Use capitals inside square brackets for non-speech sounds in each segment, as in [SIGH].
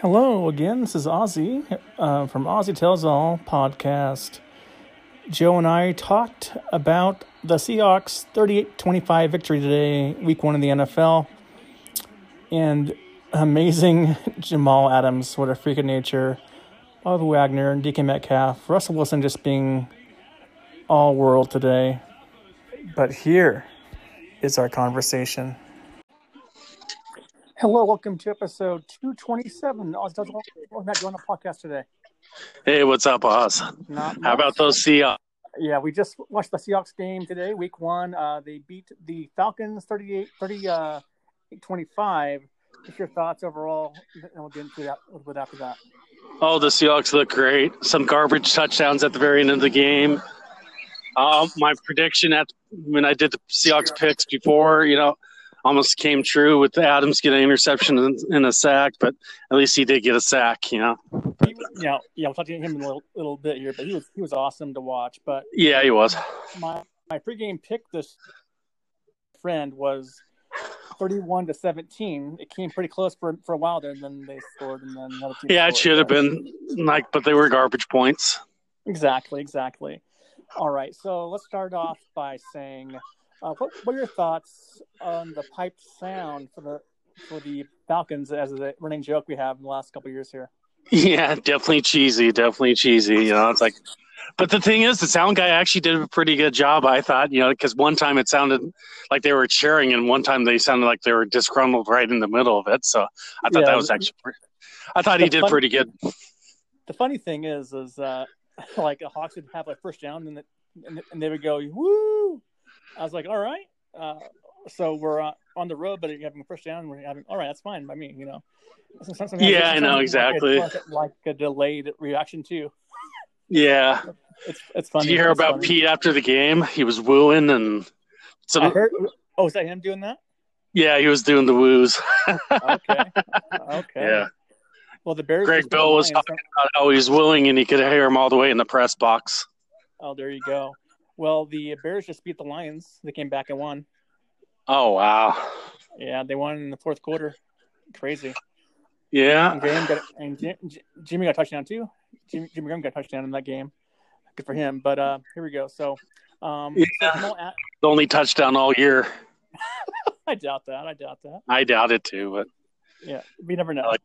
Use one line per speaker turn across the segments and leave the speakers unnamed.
Hello again. This is Ozzy uh, from Ozzy Tells All podcast. Joe and I talked about the Seahawks' 38 25 victory today, week one in the NFL, and amazing [LAUGHS] Jamal Adams. What a freak of nature. Bob Wagner, DK Metcalf, Russell Wilson just being all world today. But here is our conversation. Hello, welcome to episode Oh, 227 of the Welcome back to the podcast today.
Hey, what's up, Oz?
Not
How about those Seahawks?
Yeah, we just watched the Seahawks game today, week one. Uh, they beat the Falcons 38 30, uh, 25. Just your thoughts overall, and we'll get into that a little bit after that.
Oh, the Seahawks look great. Some garbage touchdowns at the very end of the game. Um, my prediction at when I did the Seahawks picks before, you know, almost came true with Adams getting an interception and, and a sack, but at least he did get a sack, you know.
He was, yeah, yeah, we'll talk to him in a little, little bit here, but he was he was awesome to watch. But
Yeah, he was.
my my pregame pick this friend was 31 to 17. It came pretty close for for a while there, and then they scored, and then another team.
Yeah, it
scored.
should have been like, but they were garbage points.
Exactly, exactly. All right, so let's start off by saying, uh, what, what are your thoughts on the pipe sound for the for the Falcons as a running joke we have in the last couple of years here?
Yeah, definitely cheesy. Definitely cheesy. You know, it's like, but the thing is, the sound guy actually did a pretty good job, I thought, you know, because one time it sounded like they were cheering and one time they sounded like they were disgruntled right in the middle of it. So I thought
Yeah.
that was actually, pre- I thought he
The
did
fun-
pretty good.
The funny thing is, is uh, [LAUGHS] like the Hawks would have a first down and the, and, and they would go woo. I was like, all right, uh, so we're uh, on the road, but you're having a first down. We're having all right, that's fine by me, you know. So sometimes-
Yeah, I know,
sometimes
exactly.
Like a, like a delayed reaction too.
Yeah.
It's it's funny.
Did you hear
It's
about
funny.
Pete after the game? He was wooing and
I
some,
heard, oh, is that him doing
[LAUGHS]
that?
yeah, he was doing the woos.
Okay. okay.
Yeah.
Well, the Bears.
Greg
just beat
Bill was
the Lions.
Oh, he was wooing and he could hear him all the way in the press box.
Oh, there you go. Well, the Bears just beat the Lions. They came back and won.
Oh, wow.
Yeah, they won in the fourth quarter. Crazy.
Yeah.
And Graham got and Jim, Jimmy got a touchdown too. Jimmy, Jimmy Graham got a touchdown in that game. Good for him. But uh, here we go. So, um, so
Yeah.
Jamal Ad-
The only touchdown all year.
[LAUGHS] I doubt that. I doubt that.
I doubt it too, but
Yeah, we never know.
Like-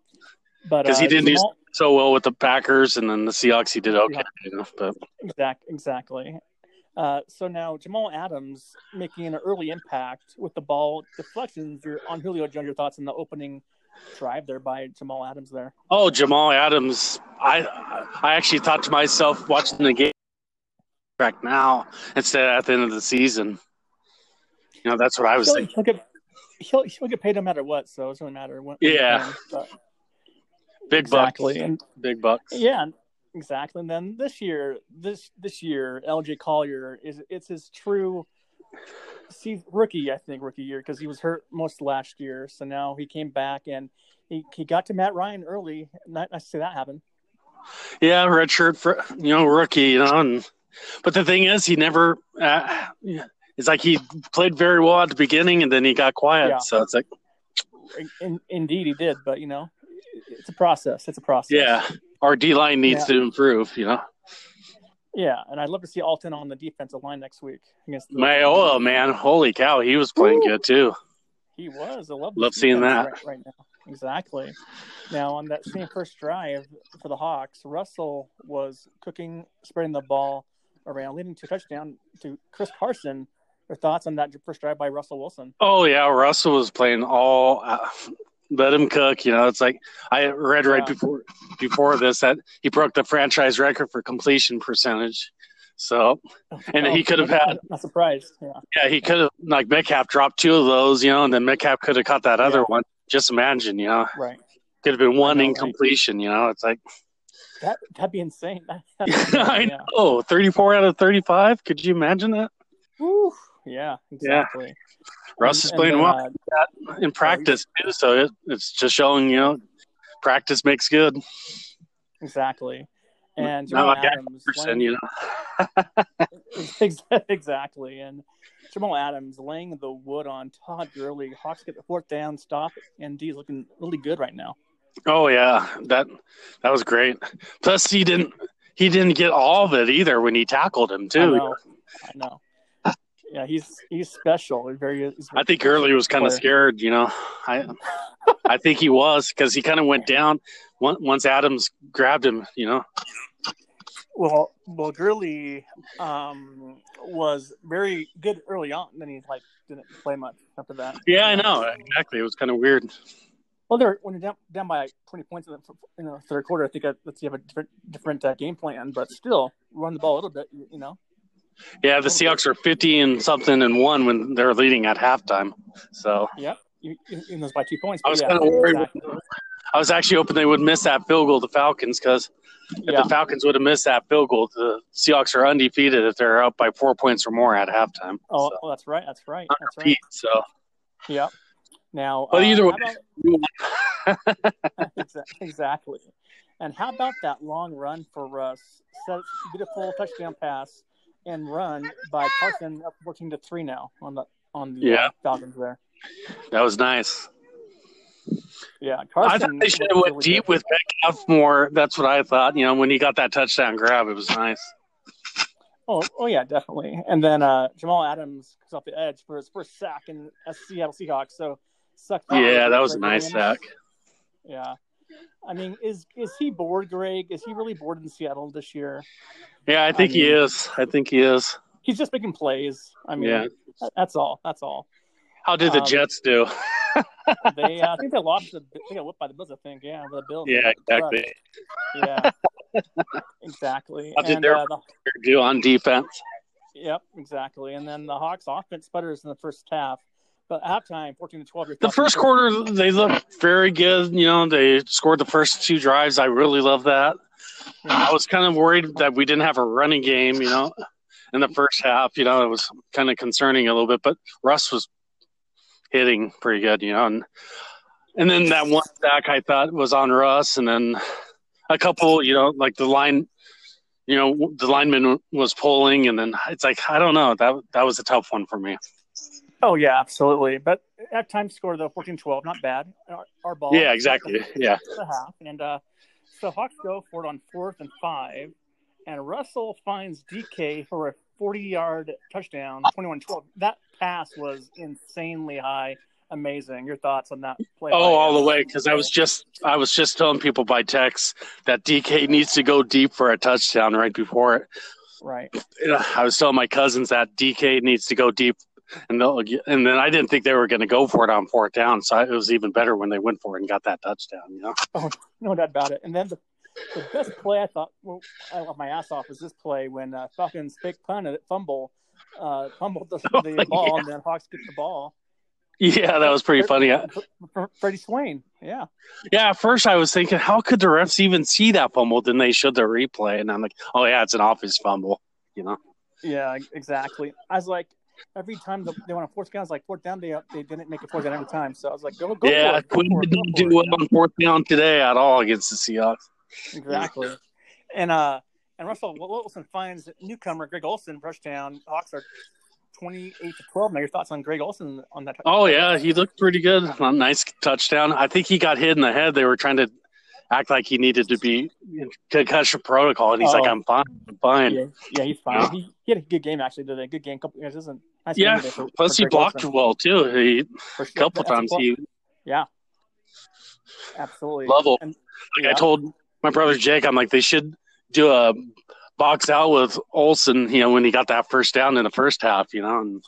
But
'Cause he
uh,
didn't use-
Jamal-
so well with the Packers and then the Seahawks, he did okay. But
Exact, exactly. Uh, so now Jamal Adams making an early impact with the ball deflections. Your on Julio Jones, your thoughts on the opening drive there by Jamal Adams there?
oh, Jamal Adams, I I actually thought to myself watching the game back now instead of at the end of the season. You know, that's what I was
He'll,
thinking.
he'll get he'll he'll get paid no matter what, so it doesn't really matter. When,
Yeah.
when- but-
Big
exactly,
bucks,
and
big bucks.
yeah, and- exactly. And then this year, this this year, LJ Collier is it's his true. See, rookie, I think rookie year because he was hurt most last year. So now he came back and he, he got to Matt Ryan early. Not I see that happen.
Yeah, redshirt for you know rookie, you know. And, but the thing is, he never. Uh, yeah, it's like he played very well at the beginning, and then he got quiet.
Yeah.
So it's like,
In, indeed, he did, but you know, it's a process. It's a process.
yeah, our D line needs to improve. You know,
yeah. And I'd love to see Alton on the defensive line next week against. The,
Mayola, oh, uh, man, holy cow, he was playing
Woo.
good too.
He was. I love
Love
this
seeing
defense
that.
right, right now. Exactly. Now on that same first drive for the Hawks, Russell was cooking, spreading the ball around, leading to a touchdown to Chris Carson. Your thoughts on that first drive by Russell Wilson?
Oh yeah, Russell was playing all. Uh, let him cook. You know, it's like I read right
Yeah.
before before this that he broke the franchise record for completion percentage. So And he could have had-
Um, Not surprised. Yeah.
yeah, he could have like Metcalf dropped two of those. You know, and then Metcalf could have caught that other
Yeah.
one. Just imagine, you know,
Right.
could have been one
know, right?
incompletion. You know, it's like [LAUGHS]
That that'd be insane. [LAUGHS] That,
I know oh, 34 out of thirty five. Could you imagine that?
Woo. Yeah. Exactly.
Russ
And-
is
and then,
playing well.
uh,
in practice too, so it, it's just showing you know practice makes good.
exactly. And
No,
Jamal
I got
Adams.
Person,
laying-
you know,
[LAUGHS] exactly. And Jamal Adams laying the wood on Todd Gurley. Hawks get the fourth down stop, and D's looking really good right now.
Oh yeah, that that was great. Plus, he didn't he didn't get all of it either when he tackled him
I
too.
know. I know. Yeah, he's he's special. He's very. He's
I think Gurley was kind of
Player.
scared, you know. I I think he was because he kind of went down on- once Adams grabbed him, you know.
Well, well, Gurley um, was very good early on. Then he like didn't play much after that.
Yeah, I know exactly. It was kind of weird.
Well, they're when you're down, down by like 20 points in the, in the third quarter. I think that that you have a different different uh, game plan, but still run the ball a little bit. You, you know.
Yeah, the Seahawks are fifty and something and one when they're leading at halftime. So
Yep. You, you you lose by two points.
I
but
was
yeah,
kind of worried.
exactly.
I was actually hoping they would miss that field goal, the Falcons, because if
Yeah.
the Falcons would have missed that field goal, the Seahawks are undefeated if they're up by four points or more at halftime.
Oh,
so,
oh, that's right. That's right. That's right.
repeat, so
Yeah. Now, uh,
But either
how
way- [LAUGHS]
about- [LAUGHS] Exa- exactly. And how about that long run for Russ? Such beautiful touchdown pass and run by Carson, up fourteen to three now on the on the uh,
Yeah.
Falcons there.
that was nice.
Yeah,
I
Carson.
thought they should have
was
went
really
deep
good.
with Metcalf more. That's what I thought. You know, when he got that touchdown grab, it was nice.
Oh, oh yeah, definitely. And then uh, Jamal Adams comes off the edge for his first sack in a Seattle Seahawks. So sucked. that
Yeah,
one
that was a
right
nice
in.
sack.
Yeah. I mean, is is he bored, Greg? Is he really bored in Seattle this year?
Yeah, I think
I
he
mean-
is. I think he is.
He's just making plays. I mean,
Yeah.
that's all. That's all.
How did the
Um,
Jets do?
they uh, I think they lost. The, they got whipped by the Bills. I think yeah, by the Bills.
Yeah, exactly.
Yeah,
[LAUGHS]
exactly.
How did
and,
their-
uh, the,
Do on defense.
yep, exactly. And then the Hawks' offense sputters in the first half, but at halftime, fourteen to twelve.
The first quarter, they looked very good. You know, they scored the first two drives. I really love that. I was kind of worried that we didn't have a running game, you know, in the first half. You know, it was kind of concerning a little bit, but Russ was hitting pretty good, you know. And, and then that one sack I thought was on Russ, and then a couple, you know, like the line, you know, the lineman was pulling, and then it's like, I don't know. That, that was a tough one for me.
Oh yeah, absolutely. But at time score though 14-12, not bad. Our, our ball.
Yeah, exactly. Yeah.
the half, and uh, so Hawks go for it on fourth and five, and Russell finds DK for a 40-yard touchdown, 21-12. That pass was insanely high, amazing. Your thoughts on that play?
Oh, all the way because I was just I was just telling people by text that DK needs to go deep for a touchdown right before it.
right.
And I was telling my cousins that DK needs to go deep, and they'll get- and then I didn't think they were going to go for it on fourth down, so it was even better when they went for it and got that touchdown. You know, [LAUGHS]
No doubt about it. And then the, the best play I thought, well, I laughed my ass off, was this play when uh, Falcons fake punt and it fumble, uh, fumbled the, the
[LAUGHS] Oh,
ball, and then Hawks get the ball.
yeah, that was pretty funny. I-
Fr- Freddie Swain, yeah,
Yeah, at first I was thinking, how could the refs even see that fumble? Then they showed the replay, and I'm like, oh yeah, it's an obvious fumble. You know,
yeah, exactly. I was like, every time the, they want a fourth down, I was like, fourth down, they they didn't make a fourth down every time. So I was like, go, go, for
yeah,
it, go
Quinn
for it, go
didn't
for
do
it.
well on fourth down today at all against the Seahawks.
Exactly. And uh and Russell Wilson finds newcomer Greg Olson rush down. Hawks are twenty eight to twelve. Now your thoughts on Greg Olson on that?
Oh yeah, he looked pretty good. A nice touchdown. I think he got hit in the head. They were trying to act like he needed to be in concussion protocol, and he's like,
Oh.
"I'm fine, I'm fine."
yeah, yeah, he's fine. He, he had a good game actually today. Good game, couple. This isn't. Nice game
Yeah,
today for-
Plus,
for
he
Greg
blocked
Olsen.
well too. He
For
a
sure.
couple
That's
times
a
he
block. absolutely
level.
And-
Like
yeah.
I told my brother Jake, I'm like, they should do a box out with Olson. You know, when he got that first down in the first half, you know, and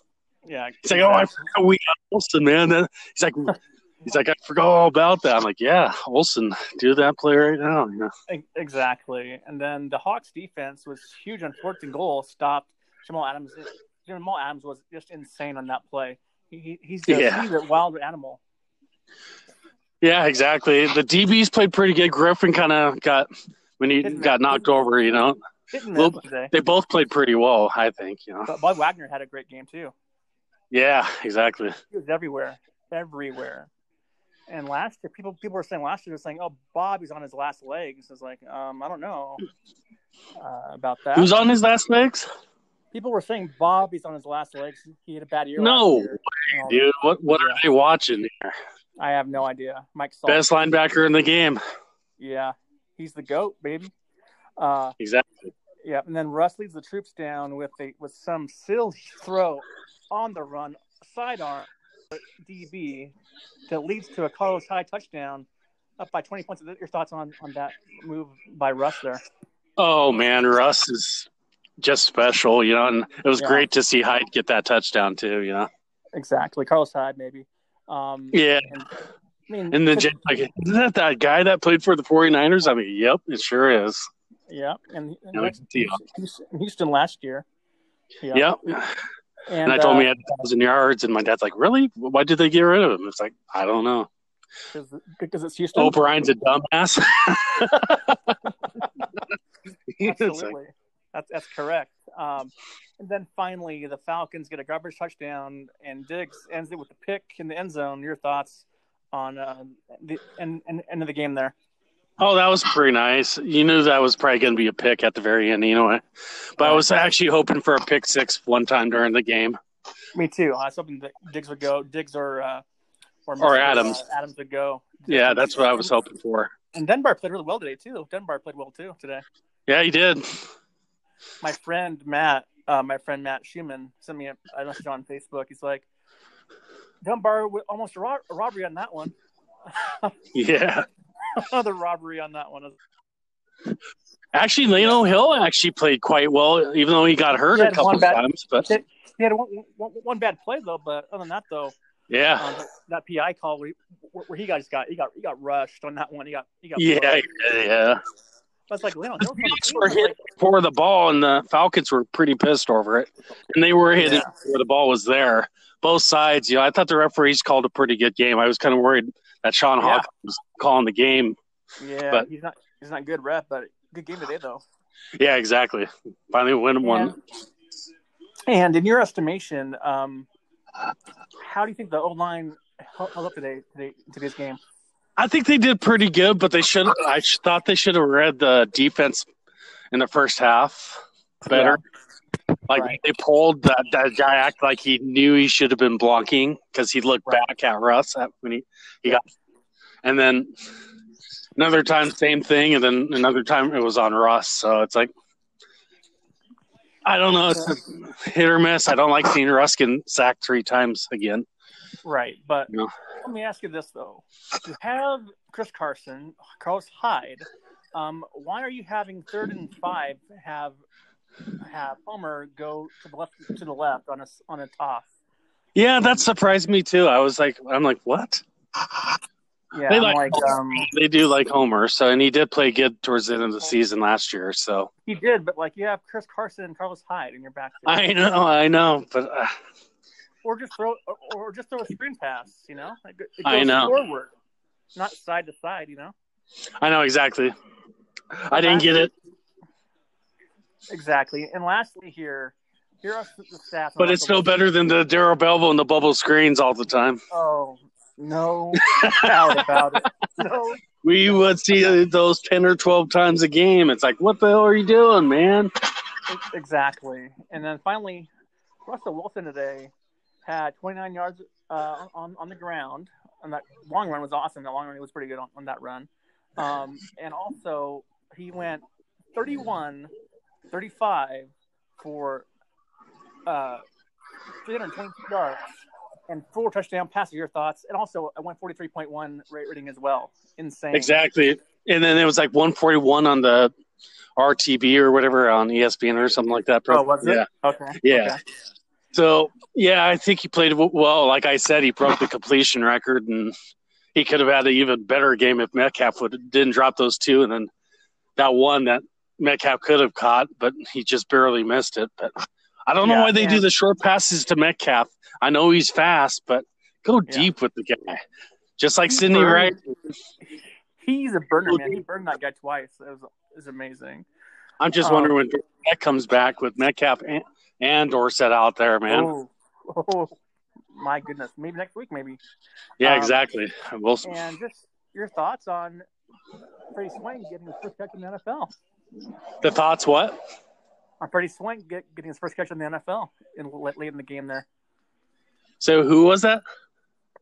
Yeah,
he's like, "Oh, I forgot we got Olson, man." Then
[LAUGHS]
he's like. He's like, I forgot all about that. I'm like, yeah, Olson, do that play right now. you know.
Ex- Exactly. And then the Hawks defense was huge on fourth and goal, stopped Jamal Adams. Jamal Adams was just insane on that play. He, he, he's, just,
Yeah.
he's a wild animal.
Yeah, exactly. The DBs played pretty good. Griffin kind of got when he
Didn't
got
they?
knocked over. You know,
Didn't
Well,
miss today.
they both played pretty well. I think. You know.
But Bob Wagner had a great game too.
Yeah, exactly.
He was everywhere, everywhere. And last year, people people were saying last year they're saying, "Oh, Bob, he's on his last legs." It's like, um, I don't know uh, about that.
Who's on his last legs?
people were saying Bob, he's on his last legs. He had a bad year.
No
last year. And all that.
Dude, what what are
Yeah.
they watching there?
I have no idea. Mike Salt.
Best linebacker in the game.
Yeah, he's the goat, baby. Uh,
Exactly.
yeah, and then Russ leads the troops down with a with some silly throw on the run sidearm DB that leads to a Carlos High touchdown, up by 20 points. Your thoughts on on that move by Russ there?
Oh man, Russ is just special, you know, and it was
Yeah.
great to see Hyde get that touchdown too, you know.
Exactly, Carlos Hyde maybe. Um,
Yeah.
I mean,
And then Jay, like, isn't that that guy that played for the 49ers? I mean, yep, it sure is.
yeah, and, and
Yeah, we can see
Houston, Houston last year. Yeah, uh,
Yep. And, I told him he had a thousand yards, and my dad's like, "Really? Why did they get rid of him?" It's like I don't know.
because it's Houston.
O'Brien's a dumbass. [LAUGHS] It's like,
Absolutely. That's, that's correct. Um, and then finally, the Falcons get a garbage touchdown, and Diggs ends it with a pick in the end zone. Your thoughts on uh, the end, end, end of the game there?
oh, that was pretty nice. You knew that was probably going to be a pick at the very end, anyway. But I was actually hoping for a pick six one time during the game.
Me too. I was hoping that Diggs would go. Diggs or uh, or,
Or
Mr.
Adams.
uh, Adams would go.
Yeah, that's what I was hoping for.
And Denbar played really well today too. Denbar played well too today.
Yeah, he did. [LAUGHS]
my friend Matt, uh, my friend Matt Schumann sent me a, a message on Facebook. He's like, Dunbar with almost a, ro- a robbery on that one. [LAUGHS]
Yeah.
Another robbery on that one.
Actually, Leno Hill actually played quite well, even though he got hurt
He
a
had
couple
one bad-
times. But
He had one, one, one bad play though, but other than that though,
yeah,
um, that PI call where he, where he got just got he got he got rushed on that one. He got he got
yeah,
Rushed.
yeah, yeah.
I was like, Leon,
The Bucs were hitting for the ball, and the Falcons were pretty pissed over it. And they were hitting
Yeah.
where the ball was there. Both sides, you know, I thought the referees called a pretty good game. I was kind of worried that Sean
Yeah.
Hawkins was calling the game.
yeah,
but-
he's not he's not good rep, but good game today though.
Yeah, exactly. Finally, win one.
And in your estimation, um, how do you think the O line held held up today, today today's game?
I think they did pretty good, but they should. I sh- thought they should have read the defense in the first half better. Like
Right.
they pulled that, that guy act like he knew he should have been blocking because he looked
Right.
back at Russ at, when he, he got, and then another time same thing, and then another time it was on Russ. So it's like I don't know, it's hit or miss. I don't like seeing Russ getting sacked three times again.
Right, but
No.
let me ask you this though: You have Chris Carson, Carlos Hyde. Um, why are you having third and five have have Homer go to the left to the left on a s- on a toss?
Yeah, that surprised me too. I was like, I'm like, what?
Yeah,
They
I'm
like-
like, um,
They do like Homer, so and he did play good towards the end of the season last year. So
he did, but like you have Chris Carson and Carlos Hyde in your backfield,
I know, I know, but uh,
or just throw or, or just throw a screen pass. You know, it, go- it
I
goes
know.
forward, not side to side. You know,
I know exactly. I didn't get it,
exactly. And lastly, here, here are the stats. on
but
what
it's
the-
no better than the Daryl Belvo and the bubble screens all the time.
Oh, no doubt about it. No.
We would see those ten or twelve times a game. It's like, what the hell are you doing, man?
e-, Exactly. And then finally, Russell Wilson today had 29 yards uh, on, on the ground. And that long run was awesome. That long run was pretty good on, on that run. Um, and also, he went 31, 35 for uh, 320 yards and four touchdown passes. Your thoughts? And also a 143.1 rate rating as well. Insane.
Exactly. And then it was like one forty one on the RTB or whatever on E ESPN or something like that.
Oh, was it?
Yeah.
Okay.
Yeah.
Okay.
So yeah, I think he played w- well. Like I said, he
[LAUGHS]
broke the completion record, and he could have had an even better game if Metcalf would didn't drop those two, and then that one that Metcalf could have caught, but he just barely missed it. But I don't know
Yeah,
why they do
and-
the short passes to Metcalf. I know he's fast, but go
Yeah.
deep with the guy, just like
He's
Sidney
burned.
Wright.
He's a burner man. He burned that guy twice. It was, it was amazing.
I'm just
Oh.
wondering when that comes back with Metcalf and, and Dorsett out there, man.
Oh, oh, my goodness. Maybe next week, maybe.
yeah,
um,
exactly. Wilson.
And just your thoughts on Freddie Swain getting his first catch in the NFL.
The thoughts? What?
On Freddie Swain get, getting his first catch in the NFL in late, late in the game there.
So who was that?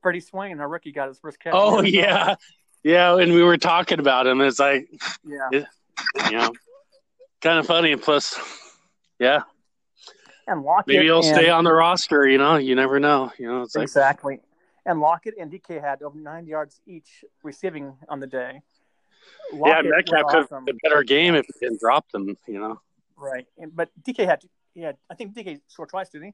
Freddie Swain, our rookie, got his first catch.
Oh yeah, yeah. And we were talking about him. It's like
yeah.
you know, kind of funny. And plus, yeah,
And Lockett.
maybe he'll
and,
stay on the roster. You know, you never know. You know, it's like
Exactly. And Lockett and DK had over nine yards each receiving on the day.
yeah,
Lockett
Metcalf
was
could have
awesome.
a better game if he didn't drop them. You know,
Right, and, but DK had he had I think DK scored twice, didn't he?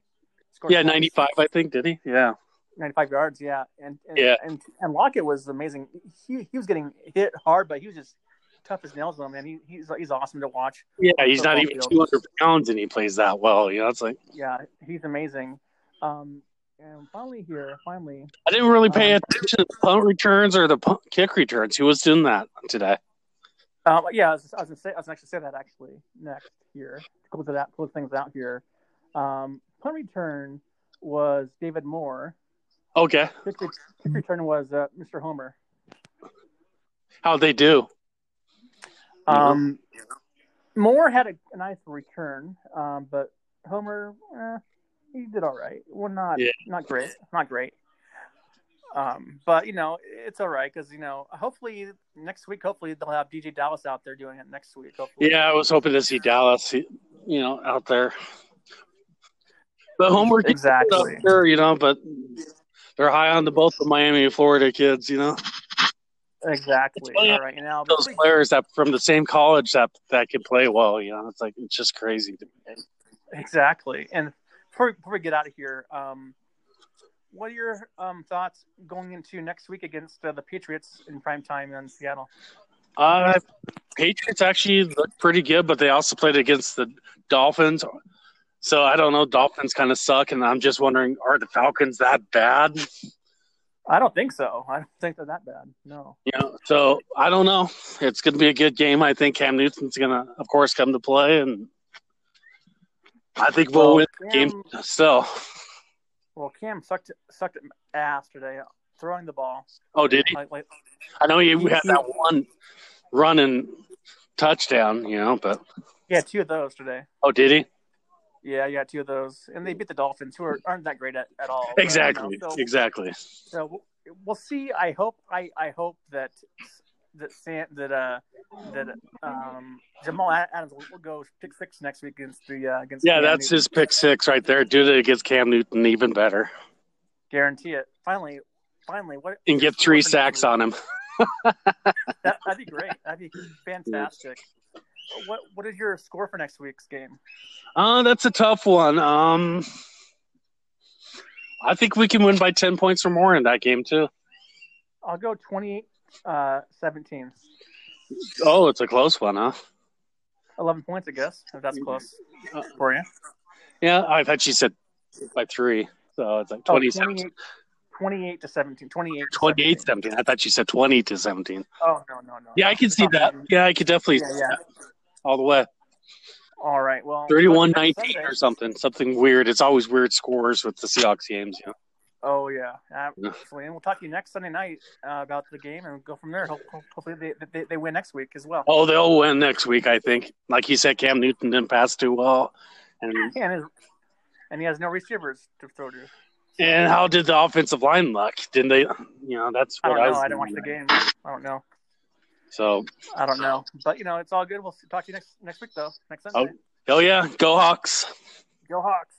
Scored
yeah,
twice.
ninety five. I think did he? Yeah,
95 yards, yeah, and, and
Yeah.
and and Lockett was amazing. He he was getting hit hard, but he was just tough as nails, man. He, he's he's awesome to watch.
yeah. He's not
Football
even
field.
two hundred pounds, and he plays that well. You know, it's like.
Yeah, he's amazing. Um, and finally here, finally,
I didn't really pay
Um,
attention to the punt returns or the punt kick returns. Who was doing that today?
um, yeah, I was, I was gonna say I was gonna actually say that actually next here to close it out, close things out here. Um, punt return was David Moore.
Okay,
Kick re- kick return was uh, Mr. Homer.
how'd they do?
Um, Moore had a, a nice return, um, but Homer, eh, he did all right. Well, not
Yeah.
not great, not great. Um, but you know, it's all right because you know, hopefully next week, hopefully they'll have DJ Dallas out there doing it next week. Hopefully,
Yeah, I was hoping to see Dallas, you know, out there. The homework kids out
exactly.
there, you know, but they're high on the both the Miami and Florida kids, you know.
Exactly.
It's funny
All right. And now,
Those players that from the same college that that can play well, you know. It's like it's just crazy. To me.
exactly. And before, before we get out of here, um, what are your um, thoughts going into next week against uh, the Patriots in prime time in Seattle?
Uh, Patriots actually look pretty good, but they also played against the Dolphins. So I don't know. Dolphins kind of suck, and I'm just wondering: Are the Falcons that bad?
I don't think so. I don't think they're that bad. No.
You know, so I don't know. It's going to be a good game. I think Cam Newton's going to, of course, come to play, and I think we'll win the
Cam,
game still.
Well, Cam sucked sucked ass today, throwing the ball.
Oh, did he?
Like, like,
I know he had that one run and touchdown, you know, but
he had two of those today.
oh, did he?
Yeah, you got two of those, and they beat the Dolphins, who are, aren't that great at, at all. but, you know,
Exactly,
so-
exactly.
so we'll- we'll see. I hope. I, I hope that that Sam, that uh that um Jamal Ad- Adams will, will go pick six next week against the uh, against.
Yeah,
Cam
that's
Newton.
his pick six right there. Do it against Cam Newton, even better,
guarantee. It finally, finally, what
and get three sacks on him.
That, that'd be great. That'd be fantastic. What What is your score for next week's game?
Uh, that's a tough one. Um, I think we can win by ten points or more in that game too.
I'll go 28 uh, 17.
Oh, it's a close one, huh?
11 points, I guess, if that's close for you.
Yeah, I thought she said by three. So it's like
Oh,
27,
28, 28 to 17. 28. to
28
17.
17. I thought she said 20 to 17.
Oh, no, no, no.
Yeah, I can see that. Yeah, I could definitely
Yeah,
see
yeah.
that all the way.
All right. Well,
31
next
19
Sunday-
or something. Something weird. It's always weird scores with the Seahawks games. You know?
Oh, yeah. Absolutely. And we'll talk to you next Sunday night uh, about the game and go from there. Ho- ho- Hopefully, they, they, they win next week as well.
Oh, they'll win next week, I think. Like you said, Cam Newton didn't pass too well. And,
And, his, and he has no receivers to throw to.
and how did the offensive line look? Didn't they? You know, that's
I
what
don't
I,
know.
was
I didn't watch the
thinking.
game. I don't know.
So,
I don't know. But, you know, it's all good. We'll talk to you next next week, though. Next Sunday.
oh yeah, go Hawks.
Go Hawks.